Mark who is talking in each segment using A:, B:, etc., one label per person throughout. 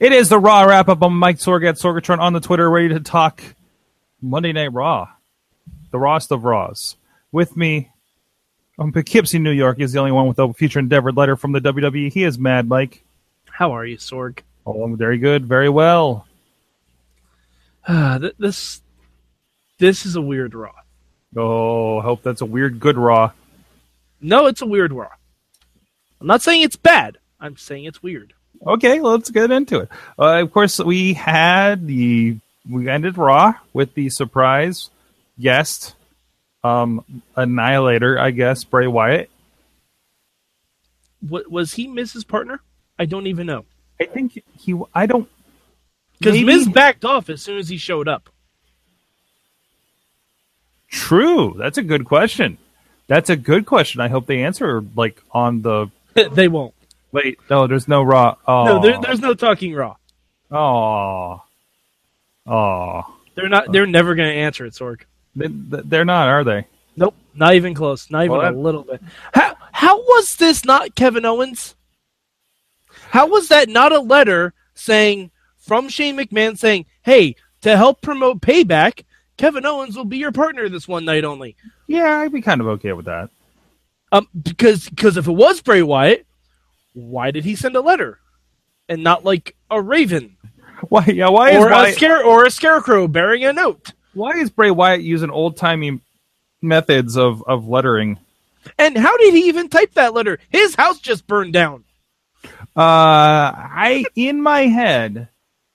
A: It is the Raw wrap up. I'm Mike Sorg at Sorgatron on the Twitter, ready to talk Monday Night Raw, the rawest of Raws. With me from Poughkeepsie, New York, is the only one with a future endeavor letter from the WWE. He is Mad Mike.
B: How are you, Sorg?
A: Oh, I'm very good, very well.
B: Uh, th- this this is a weird Raw.
A: Oh, I hope that's a weird good Raw.
B: No, it's a weird Raw. I'm not saying it's bad. I'm saying it's weird.
A: Okay, let's get into it. Uh, of course, we had the we ended Raw with the surprise guest, um, Annihilator, I guess Bray Wyatt.
B: Wa was he Miz's partner? I don't even know
A: I think he. I don't.
B: because
A: maybe-
B: Miz backed off as soon as he showed up.
A: True. That's a good question. That's a good question. I hope they answer like on the
B: they won't.
A: wait. No, there's no Raw. Oh,
B: No, there, there's no talking Raw.
A: Oh, oh.
B: They're not. They're never going to answer it, Sorg.
A: They, they're not, are they?
B: Nope, not even close. Not even
A: Well, that-
B: a little bit. How how was this not Kevin Owens? How was that not a letter saying from Shane McMahon saying, "Hey, to help promote Payback, Kevin Owens will be your partner this one night only."
A: Yeah, I'd be kind of okay with that.
B: Um, because because if it was Bray Wyatt, why did he send a letter and not like a raven
A: Why? Yeah. Why is
B: or uh, a
A: Wyatt,
B: scare or a scarecrow bearing a note?
A: why is Bray Wyatt using old timey methods of of lettering?
B: And how did he even type that letter? His house just burned down.
A: Uh, I in my head,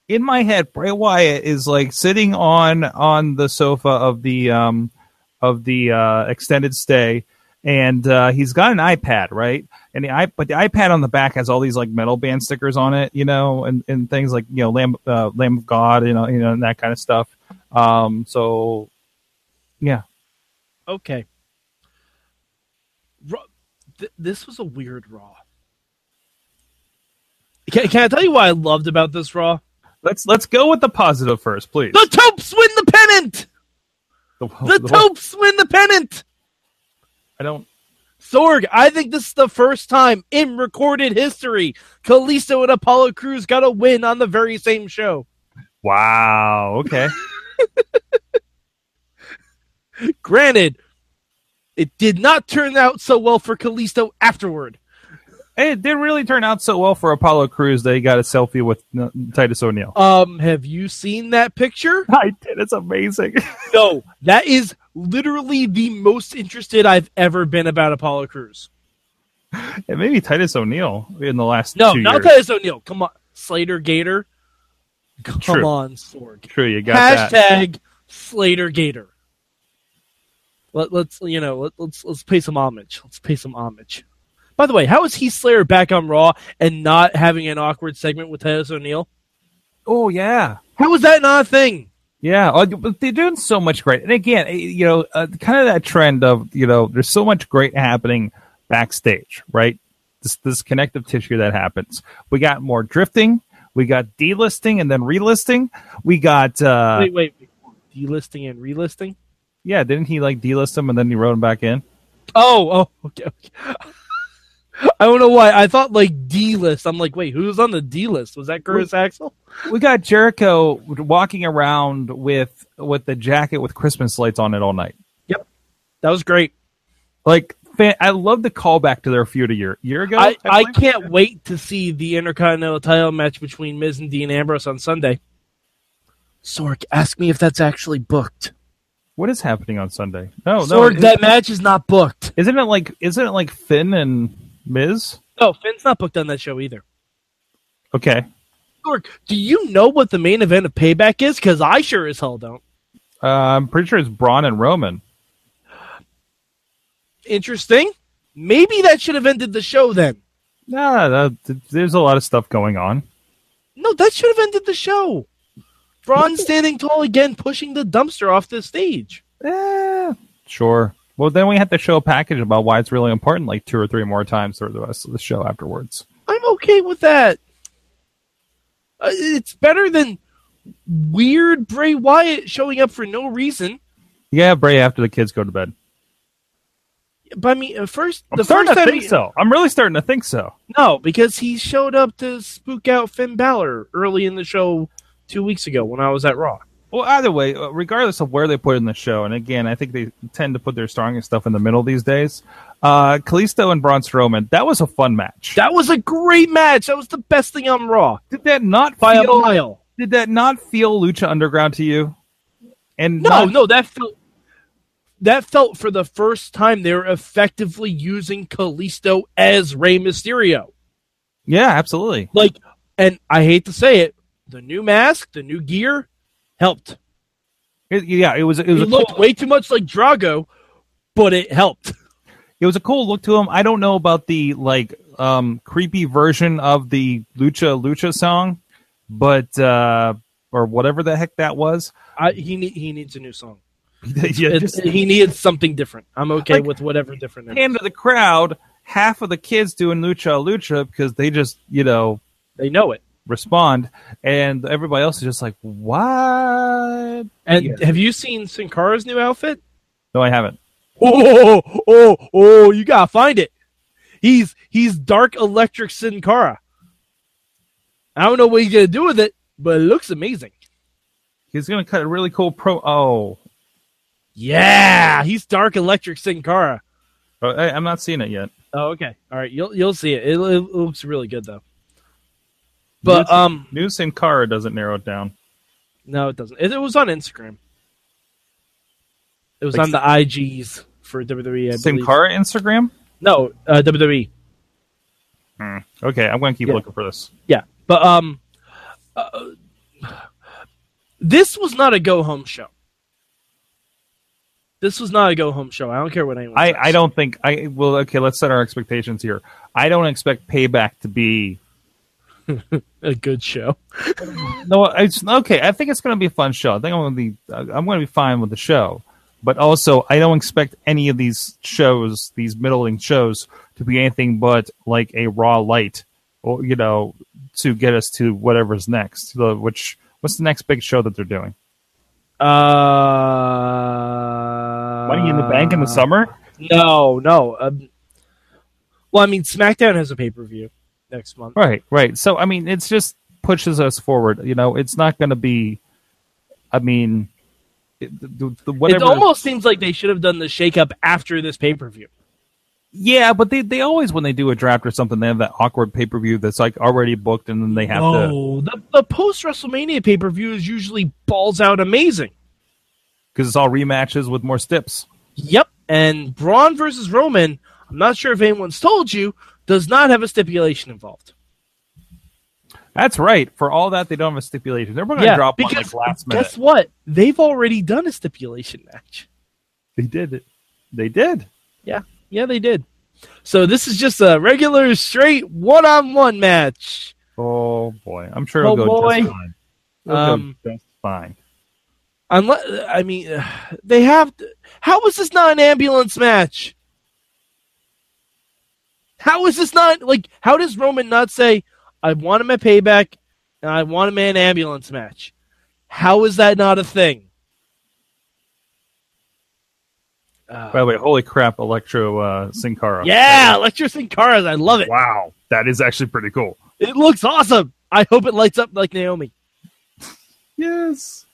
A: in my head, Bray Wyatt is like sitting on on the sofa of the um of the uh, extended stay, and uh, he's got an iPad, right? And the i but the iPad on the back has all these like metal band stickers on it, you know, and, and things like you know Lamb uh, Lamb of God, you know, you know, and that kind of stuff. Um, so yeah,
B: Okay. Raw, th- this was a weird Raw. Can, can I tell you what I loved about this Raw?
A: let's let's go with the positive first, please.
B: The Topes win the pennant!
A: The,
B: The
A: the-
B: Topes win the pennant!
A: I don't.
B: Sorg, I think this is the first time in recorded history Kalisto and Apollo Crews got a win on the very same show.
A: Wow. Okay.
B: Granted, it did not turn out so well for Kalisto afterward.
A: It did really turn out so well for Apollo Crews that he got a selfie with uh, Titus O'Neil.
B: Um, have you seen that picture?
A: I did. It's amazing.
B: No, that is literally the most interested I've ever been about Apollo Crews.
A: and maybe Titus O'Neil in the last
B: No,
A: two
B: not
A: years.
B: Titus O'Neil. Come on, Slater Gator. Come
A: True.
B: on, Sorg.
A: True, you got that.
B: Hashtag Slater Gator. Let, let's you know let, let's let's pay some homage. Let's pay some homage. By the way, how is Heath Slater back on Raw and not having an awkward segment with Titus O'Neil?
A: Oh yeah,
B: How is that not a thing?
A: yeah. Oh, But they're doing so much great. And again, eh, you know, uh, kind of that trend of you know, there's so much great happening backstage, right? This this connective tissue that happens. We got more drifting. We got delisting and then relisting. We got uh,
B: wait, wait, wait, delisting and relisting.
A: yeah. Didn't he like delist them and then he wrote them back in?
B: Oh, oh, okay. okay. I don't know why. I thought like D list. I'm like, wait, who's on the D list? Was that Curtis Axel?
A: we got Jericho walking around with with the jacket with Christmas lights on it all night.
B: That was great.
A: Like, fan, I love the callback to their feud a year year ago.
B: I, I
A: believe.
B: can't wait to see the Intercontinental title match between Miz and Dean Ambrose on Sunday. Sork, ask me if that's actually booked.
A: What is happening on Sunday? No, Oh, no.
B: Sork,
A: is-
B: that match is not booked.
A: isn't it like isn't it like Finn and Miz?
B: No, Finn's not booked on that show either.
A: Okay,
B: Sork, do you know what the main event of Payback is? Because I sure as hell don't.
A: uh, I'm pretty sure it's Braun and Roman.
B: Interesting. Maybe that should have ended the show then.
A: No, no, th- there's a lot of stuff going on.
B: No, that should have ended the show. Braun standing tall again, pushing the dumpster off the stage.
A: Eh, sure. Well, then we have to show a package about why it's really important, like two or three more times through the rest of the show afterwards.
B: I'm okay with that. Uh, It's better than weird Bray Wyatt showing up for no reason.
A: You gotta have Bray after the kids go to bed.
B: But I mean, uh, first
A: I'm
B: the
A: starting
B: first
A: to
B: time
A: think
B: he-
A: so. I'm really starting to think so.
B: no, because he showed up to spook out Finn Balor early in the show two weeks ago when I was at Raw.
A: Well, either way, uh, regardless of where they put it in the show, and again, I think they tend to put their strongest stuff in the middle these days. Uh, Kalisto and Braun Strowman, that was a fun match.
B: That was a great match. That was the best thing on Raw
A: did that not
B: by a
A: feel?
B: mile.
A: Did that not feel Lucha Underground to you? And
B: No,
A: not-
B: no, that felt that felt for the first time they were effectively using Kalisto as Rey Mysterio.
A: yeah, absolutely.
B: Like, and I hate to say it, the new mask, the new gear, helped.
A: It- yeah, it was it
B: It
A: was a cool,
B: looked way too much like Drago, but it helped.
A: it was a cool look to him. I don't know about the like um creepy version of the Lucha Lucha song, but uh or whatever the heck that was.
B: I, he need, he needs a new song.
A: yeah,
B: It-
A: just
B: he needs something different. I'm okay
A: Like-
B: with whatever different. it is.
A: hand of the crowd, half of the kids doing Lucha Lucha because they just you know
B: They know it.
A: respond, and everybody else is just like what?
B: And
A: Yeah.
B: have you seen Sin Cara's new outfit?
A: No, I haven't.
B: Oh, oh, oh, oh, you gotta find it. He's he's dark electric Sin Cara. I don't know what he's gonna do with it, but it looks amazing.
A: He's gonna cut a really cool pro. Oh,
B: Yeah, he's dark electric Sin Cara.
A: Oh, I, I'm not seeing it yet.
B: Oh, okay. All right, you'll you'll see it. It, it looks really good though. But
A: New-
B: um,
A: New Sin Cara doesn't narrow it down.
B: no, it doesn't. It, it was on Instagram. It was
A: Like-
B: on the IGs for WWE. I
A: Sin
B: believe.
A: Cara Instagram.
B: No, uh, WWE.
A: Okay, I'm gonna keep
B: Yeah.
A: looking for this.
B: Yeah, but um, uh, this was not a go home show. This was not a go home show. I don't care what anyone.
A: I,
B: says.
A: I don't think I well okay let's set our expectations here. I don't expect payback to be
B: a good show.
A: no it's okay. I think it's going to be a fun show. I think I'm going to be I'm going to be fine with the show, but also I don't expect any of these shows these middling shows to be anything but like a raw light or you know to get us to whatever's next. The, which what's the next big show that they're doing?
B: Uh,
A: Money in the Bank in the summer.
B: No, no. Um, well, I mean, SmackDown has a pay per view next month.
A: Right, right. So I mean, it's just pushes us forward. You know, it's not going to be. I mean, it, the, the, whatever.
B: It almost seems like they should have done the shakeup after this pay per view.
A: yeah, but they they always when they do a draft or something, they have that awkward pay per view that's like already booked, and then they have to
B: No, the, the post WrestleMania pay per view is usually balls out amazing.
A: because it's all rematches with more stips.
B: Yep. And Braun versus Roman, I'm not sure if anyone's told you, does not have a stipulation involved.
A: That's right. For all that, they don't have a stipulation. They're going to drop one like last minute.
B: guess what? They've already done a stipulation match.
A: They did it. They did.
B: Yeah, they did. So this is just a regular, straight one-on-one match.
A: Oh boy, I'm sure it'll go
B: Oh, boy.
A: just fine. It'll
B: Um,
A: go just fine.
B: Unless, I mean, they have. To, how is this not an ambulance match? How is this not like? How does Roman not say, "I want him at payback, and I want him in an ambulance match"? How is that not a thing? Uh,
A: By the way, holy crap, Electro uh, Sin Cara.
B: yeah, electric Sin Cara's. I love it.
A: Wow, that is actually pretty cool.
B: It looks awesome. I hope it lights up like Naomi.
A: Yes.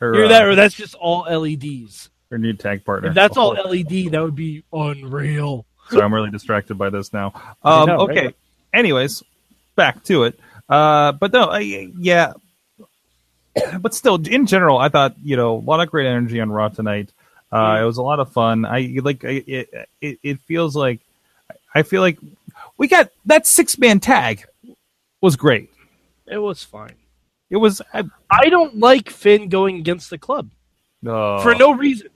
A: Her,
B: Hear
A: uh,
B: that? Or that's just all LEDs.
A: her new tag partner.
B: If that's all
A: Oh,
B: LED, that would be unreal.
A: Sorry, I'm really distracted by this now.
B: I
A: Um,
B: know, right?
A: okay. Anyways, back to it. Uh, but no, I, yeah. But still, in general, I thought you know a lot of great energy on Raw tonight. Uh, It was a lot of fun. I like I, it, it. It feels like I feel like we got that six man tag was great.
B: It was fine.
A: It was I,
B: I don't like Finn going against the club
A: uh,
B: for no reason.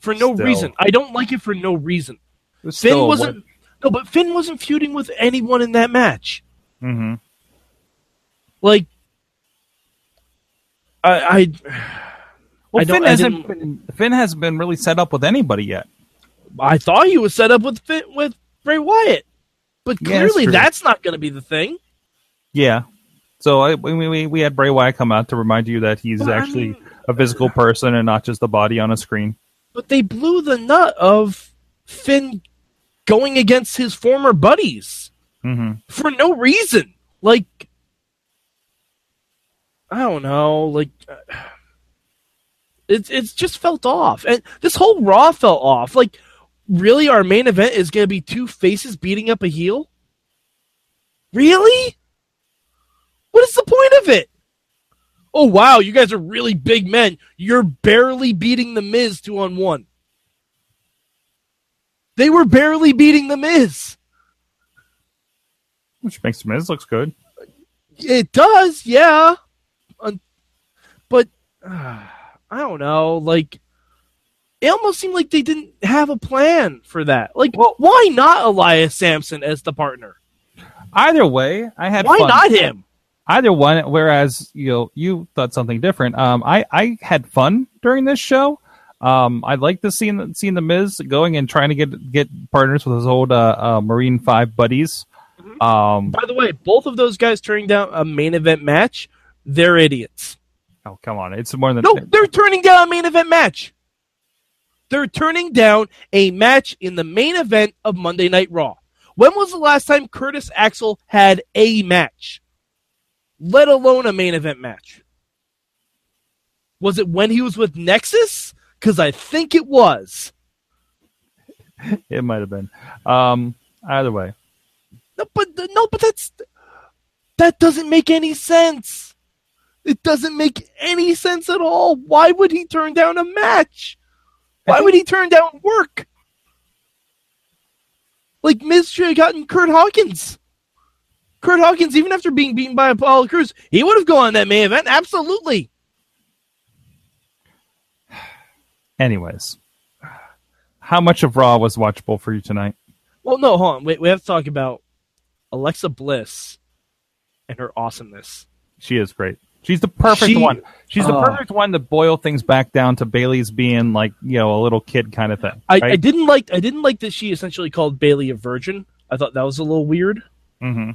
B: For no
A: Still.
B: reason. I don't like it for no reason.
A: it was
B: Finn
A: still a
B: wasn't. No, but Finn wasn't feuding with anyone in that match.
A: Mm-hmm.
B: Like, I, I,
A: Well,
B: I don't-
A: Finn
B: I
A: hasn't
B: didn't-
A: been, Finn hasn't been really set up with anybody yet.
B: I thought he was set up with Finn, with Bray Wyatt, but
A: Yeah, that's
B: clearly
A: true.
B: that's not going to be the thing.
A: Yeah. So I, we, we we had Bray Wyatt come out to remind you that he's
B: Well, I
A: actually
B: mean-
A: a physical person and not just a body on a screen.
B: But they blew the nut of Finn going against his former buddies
A: hmm
B: for no reason. Like, I don't know. Like, it's it's just felt off, and this whole Raw fell off. Like, really, our main event is going to be two faces beating up a heel. Really? What is the point of it? Oh wow, you guys are really big men. You're barely beating the Miz two on one. They were barely beating the Miz.
A: Which makes the Miz looks good.
B: It does, yeah. Un- but uh, I don't know. Like, it almost seemed like they didn't have a plan for that. Like, why not Elias Sampson as the partner?
A: Either way, I had
B: Why
A: fun.
B: not him?
A: either one whereas you know you thought something different um i i had fun during this show um i like to seeing seeing the miz going and trying to get get partners with his old uh, uh marine five buddies
B: Mm-hmm.
A: um
B: By the way, both of those guys turning down a main event match, they're idiots.
A: oh come on it's more than
B: No, they're turning down a main event match. They're turning down a match in the main event of Monday Night Raw. When was the last time Curtis Axel had a match? Let alone a main event match. Was it when he was with Nexus? Because I think it was.
A: it might have been um either way
B: No, but no, but that's that doesn't make any sense. It doesn't make any sense at all. Why would he turn down a match? Why would he turn down work? Like Miz should have gotten Kurt Hawkins. Kurt Hawkins, even after being beaten by Apollo Cruz, he would have gone on that main event. Absolutely.
A: anyways how much of raw was watchable for you tonight
B: Well, no, hold on. Wait, we have to talk about Alexa Bliss and her awesomeness.
A: she is great She's the perfect
B: She-
A: one. She's the
B: Oh.
A: perfect one to boil things back down to Bailey's being like, you know, a little kid kind of thing.
B: I,
A: right?
B: I didn't like I didn't like that she essentially called Bailey a virgin. I thought that was a little weird.
A: mm-hmm.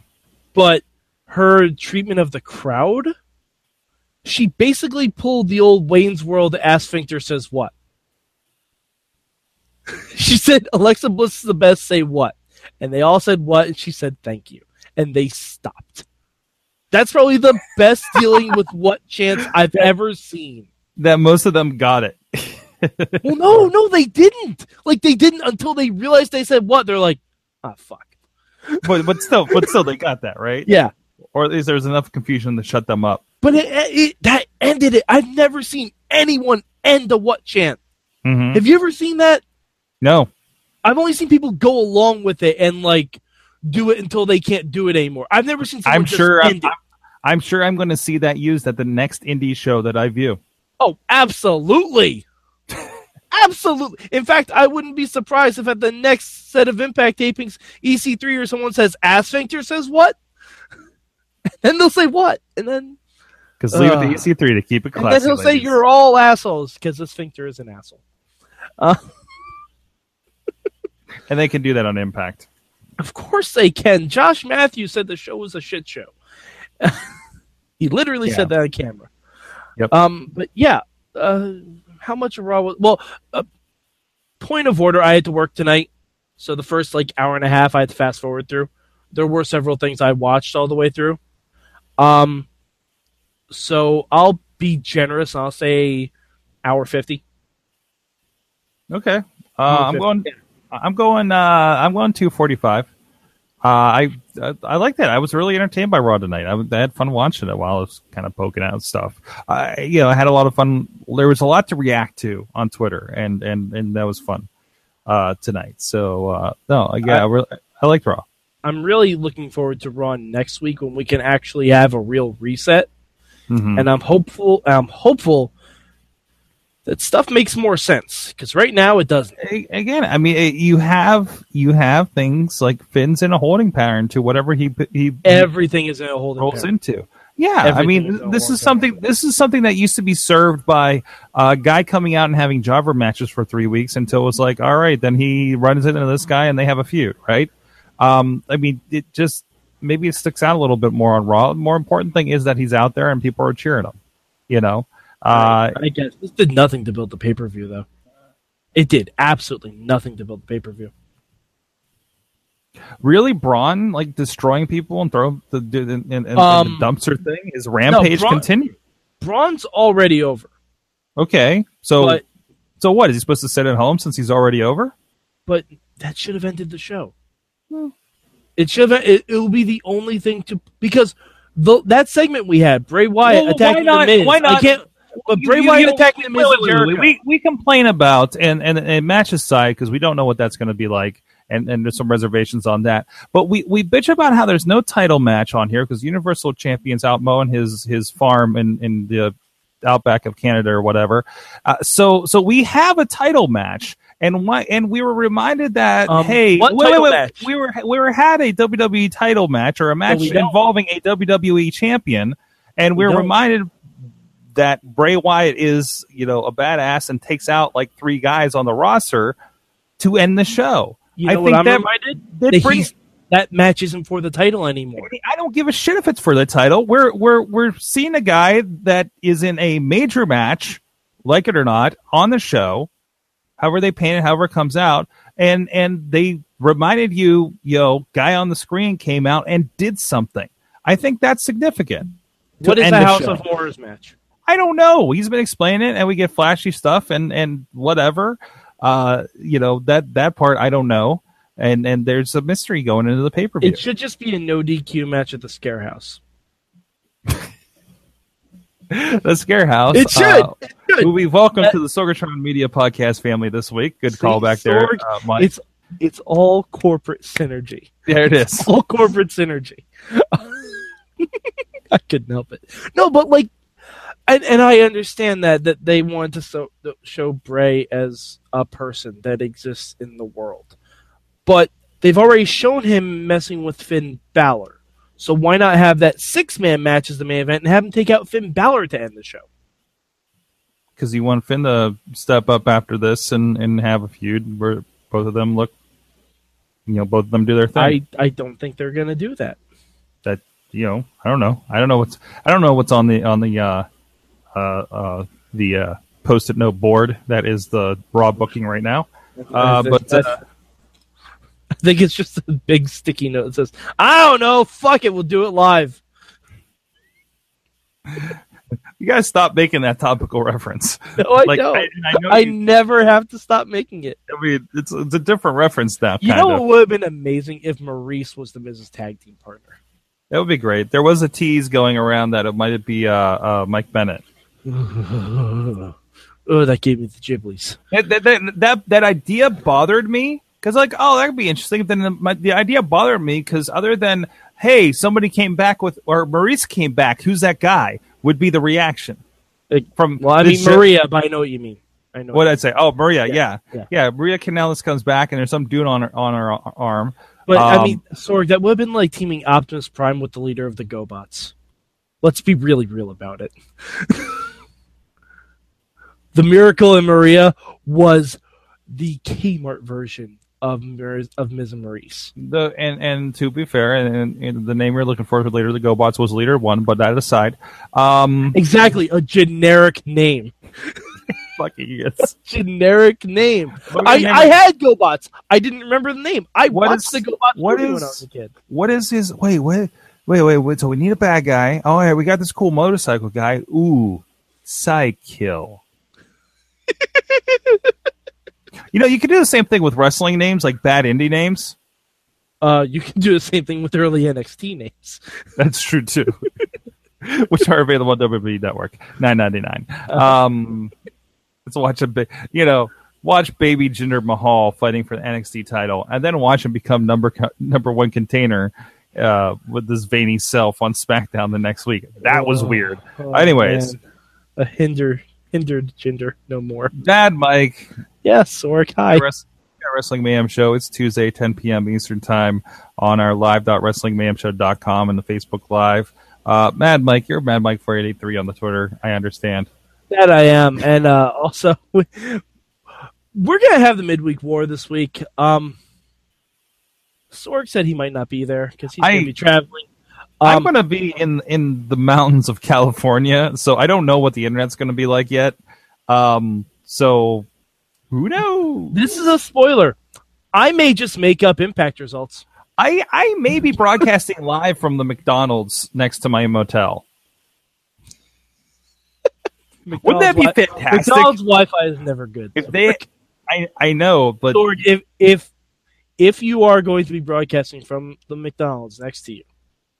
B: But her treatment of the crowd, she basically pulled the old Wayne's World ass sphincter says what? she said, Alexa Bliss is the best, say what? And they all said what? And she said, thank you. And they stopped. That's probably the best dealing with what chance I've ever seen.
A: that most of them got it.
B: Well, no, no, they didn't. Like, they didn't until they realized they said what? They're like, ah, fuck.
A: but but still, but still, they got that right.
B: Yeah.
A: Or at least there was enough confusion to shut them up.
B: But it, it that ended it. I've never seen anyone end a what chant.
A: Mm-hmm.
B: Have you ever seen that?
A: No,
B: I've only seen people go along with it and like do it until they can't do it anymore. I've never seen. Someone
A: I'm
B: just
A: sure. I'm,
B: end it.
A: I'm- I'm sure I'm going to see that used at the next indie show that I view.
B: Oh, absolutely, absolutely. In fact, I wouldn't be surprised if at the next set of Impact tapings, EC3 or someone says Asphincter says what, and they'll say what, and then
A: Because leave
B: Ugh.
A: it to EC3 to keep it
B: And
A: classy.
B: then he'll say
A: ladies.
B: you're all assholes because the sphincter is an asshole.
A: and they can do that on Impact.
B: Of course they can. Josh Matthews said the show was a shit show. he literally
A: Yeah.
B: said that on camera.
A: Yep.
B: Um, but yeah, uh, how much of Raw was? Well, uh, point of order, I had to work tonight, so the first like hour and a half I had to fast forward through. There were several things I watched all the way through. Um, so I'll be generous. and I'll say hour fifty.
A: Okay. Uh, I'm going. I'm going. Uh, I'm going 245. Uh, I, I I like that. I was really entertained by Raw tonight. I, w- I had fun watching it while I was kind of poking out stuff. I you know I had a lot of fun. There was a lot to react to on Twitter, and and and that was fun uh, tonight. So uh, no, yeah, I, really, I liked Raw.
B: I'm really looking forward to Raw next week when we can actually Mm-hmm. have a real reset.
A: Mhm.
B: and I'm hopeful. I'm hopeful that stuff makes more sense because right now it doesn't.
A: A- again, I mean, it, you have you have things like Finn's in a holding pattern to whatever he p- he,
B: Mm-hmm.
A: he
B: Everything is in a holding
A: rolls
B: pattern.
A: into. Yeah, I
B: Everything
A: mean,
B: is a
A: this
B: long
A: is something. This is something that used to be served by a guy coming out and having jobber matches for three weeks until it's like, all right, then he runs into this guy and they have a feud, right? Um, I mean, it just maybe it sticks out a little bit more on Raw. More important thing is that he's out there and people are cheering him. You know, uh,
B: I guess this did nothing to build the pay per view though. It did absolutely nothing to build the pay per view.
A: really Braun like destroying people and throw the and, and, and
B: Um,
A: the dumpster thing. His rampage
B: Braun-
A: continues.
B: Braun's already over,
A: Okay, so
B: but
A: so what is he supposed to sit at home since he's already over?
B: but that should have ended the show. It should have. It, it'll be the only thing to because the, that segment we had Bray
A: Well,
B: Wyatt
A: why
B: attacking
A: not-
B: the Miz.
A: why
B: I
A: not-
B: can't. But
A: You-
B: Bray
A: you-
B: Wyatt
A: you-
B: attacking the Miz
A: wait,
B: and
A: wait, wait, wait.
B: Jericho.
A: We, we complain about and and, and matches side because we don't know what that's going to be like, and and there's some reservations on that. But we we bitch about how there's no title match on here because Universal Champions out mowing his his farm in in the outback of Canada or whatever. Uh, so so we have a title match. And why? And we were reminded that
B: Um,
A: hey,
B: what
A: wait, wait,
B: title
A: wait,
B: match?
A: we were we were had a WWE title match or a match
B: we don't.
A: involving a WWE champion, and
B: We
A: we're
B: don't.
A: reminded that Bray Wyatt is, you know, a badass and takes out like three guys on the roster to end the show.
B: You
A: I
B: know what
A: think
B: I'm
A: that-
B: reminded?
A: that
B: That,
A: brings-
B: he's- that match isn't for the title anymore.
A: I don't give a shit if it's for the title. We're we're we're seeing a guy that is in a major match, like it or not, on the show, however they paint it, however it comes out, and and they reminded you, yo, guy on the screen came out and did something. I think that's significant. to
B: What is
A: end
B: the
A: the
B: House
A: show.
B: of Horrors match?
A: I don't know. He's been explaining it, and we get flashy stuff and and whatever. Uh, you know that that part I don't know, and and there's a mystery going into the pay per view.
B: It should just be a no DQ match at the Scare House.
A: the scare house.
B: It should.
A: Uh,
B: It should.
A: well, we welcome
B: That-
A: to the Sorgatron Media Podcast family this week. Good
B: See,
A: call back there,
B: Sorg-
A: uh, Mike.
B: It's it's all corporate synergy.
A: there it is.
B: All corporate synergy. I couldn't help it. No, but like, and, and I understand that that they wanted to so, show Bray as a person that exists in the world, but they've already shown him messing with Finn Balor. So why not have that six man match as the main event and have him take out Finn Balor to end the show?
A: Because you want Finn to step up after this and and have a feud where both of them look, you know, both of them do their thing.
B: I, I don't think they're gonna do that.
A: that you know i don't know i don't know what's i don't know what's on the on the uh uh uh the uh post-it note board that is the raw booking right now uh but uh,
B: I think it's just a big sticky note that says, "I don't know, fuck it, we'll do it live."
A: you guys stop making that topical reference
B: No, I
A: like
B: don't.
A: I,
B: I,
A: and I know you,
B: never have to stop making it.
A: I mean, it's, it's a different reference now
B: You
A: kind
B: know
A: of
B: what would have been amazing if Maurice was the Mrs. Tag Team partner.
A: that would be great there was a tease going around that it might be uh uh mike bennett
B: oh, that gave me the Ghiblies.
A: that that, that, that, that idea bothered me because like oh that would be interesting then the, my, the idea bothered me because other than hey somebody came back with or maurice came back who's that guy would be the reaction
B: Like,
A: from
B: Well, I
A: this
B: mean
A: shit-
B: Maria, but I know what you mean. I know.
A: what i'd say oh maria yeah yeah,
B: yeah.
A: maria canales comes back and there's some dude on her on her ar- arm
B: but I
A: um,
B: mean, Sorg, that would have been like teaming Optimus Prime with the leader of the GoBots. Let's be really real about it. the Miracle in Maria was the Kmart version of Mir- of Ms. and Maurice.
A: the and and to be fair and, and, and the name you're looking for for later the gobots was leader one but that aside um
B: Exactly, a generic name.
A: fucking yes
B: Generic name.
A: But
B: I,
A: remember-
B: I had GoBots. I didn't remember the name. I
A: What
B: watched
A: is-
B: the GoBots
A: what is-
B: movie when I was a kid.
A: what is his wait wait wait wait wait so we need a bad guy oh yeah we got this cool motorcycle guy ooh psykill you know you could do the same thing with wrestling names like bad indie names
B: Uh, you can do the same thing with early NXT names.
A: that's true too which are available on WWE Network 9.99 um let's watch a big you know watch baby Jinder Mahal fighting for the NXT title and then watch him become number co- number 1 container uh, with this veiny self on SmackDown the next week. That was
B: Oh.
A: weird.
B: Oh,
A: Anyways.
B: man. a hinder hindered gender no more.
A: Dad Mike,
B: Yes, Sork. Hi.
A: the Wrest- the Wrestling Mayhem Show. It's Tuesday, 10 p.m. Eastern Time on our live.wrestlingmayhemshow.com and the Facebook Live. Uh, Mad Mike, you're Mad Mike 4883 on the Twitter. I understand.
B: That I am, and uh, also we- we're gonna have the midweek war this week. Um, Sork said he might not be there because he's
A: I-
B: gonna be traveling.
A: I'm
B: Um,
A: going to be in in the mountains of California, so I don't know what the internet's going to be like yet. Um, so who knows?
B: this is a spoiler. I may just make up impact results.
A: I I may be broadcasting live from the McDonald's next to my motel. Wouldn't that be
B: McDonald's Wi-
A: fantastic?
B: McDonald's Wi-Fi is never good.
A: If they, I I know, but
B: Sorg, if if if you are going to be broadcasting from the McDonald's next to you,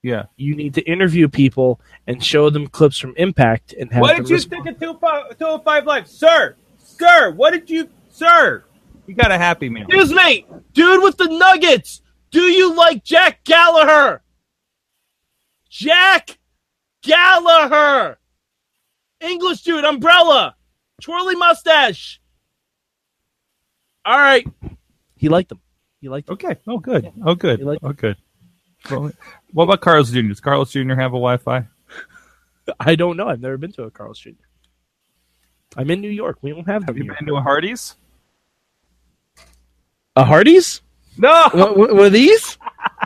A: yeah.
B: you need to interview people and show them clips from Impact and have
C: What
B: them
C: did you
B: respond.
C: think of oh 25 205 Live? Sir, sir, what did you, sir?
A: You got a happy meal.
B: Excuse me, dude with the nuggets. Do you like Jack Gallagher? Jack Gallagher, English dude, umbrella, twirly mustache. All right, he liked them. He liked them.
A: Okay. Oh, good. Oh, good.
B: You like-
A: Oh, good. Well, what about Carlos Jr.? Does Carlos Jr. have a Wi-Fi?
B: I don't know. I've never been to a Carl's Jr. I'm in New York. We don't have,
A: Have
B: them
A: you
B: here.
A: been to a Hardee's?
B: a Hardee's.
A: No.
B: One one- one of these?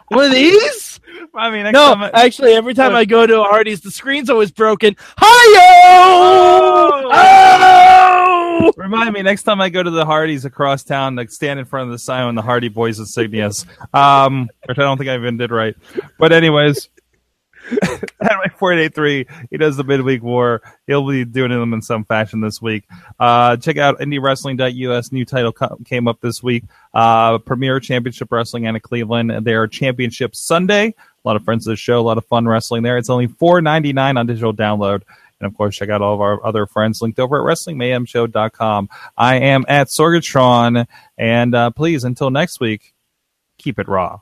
B: One of these?
A: I mean, next
B: No,
A: time I-
B: actually, every time I go to a Hardee's, the screen's always broken. Hi-yo! Oh!
A: Remind me next time I go to the Hardee's across town to stand in front of the sign with the Hardy Boys insignias, um, which I don't think I even did right. But anyways, anyway, four eight three. He does the midweek war. He'll be doing them in some fashion this week. Uh, check out indiewrestling.us. New title co- came up this week. Uh, Premier Championship Wrestling out of Cleveland. Their championship Sunday. A lot of friends of the show. A lot of fun wrestling there. It's only four ninety nine on digital download. And of course, check out all of our other friends linked over at WrestlingMayhemShow.com. I am at Sorgatron. And uh, please, until next week, keep it raw.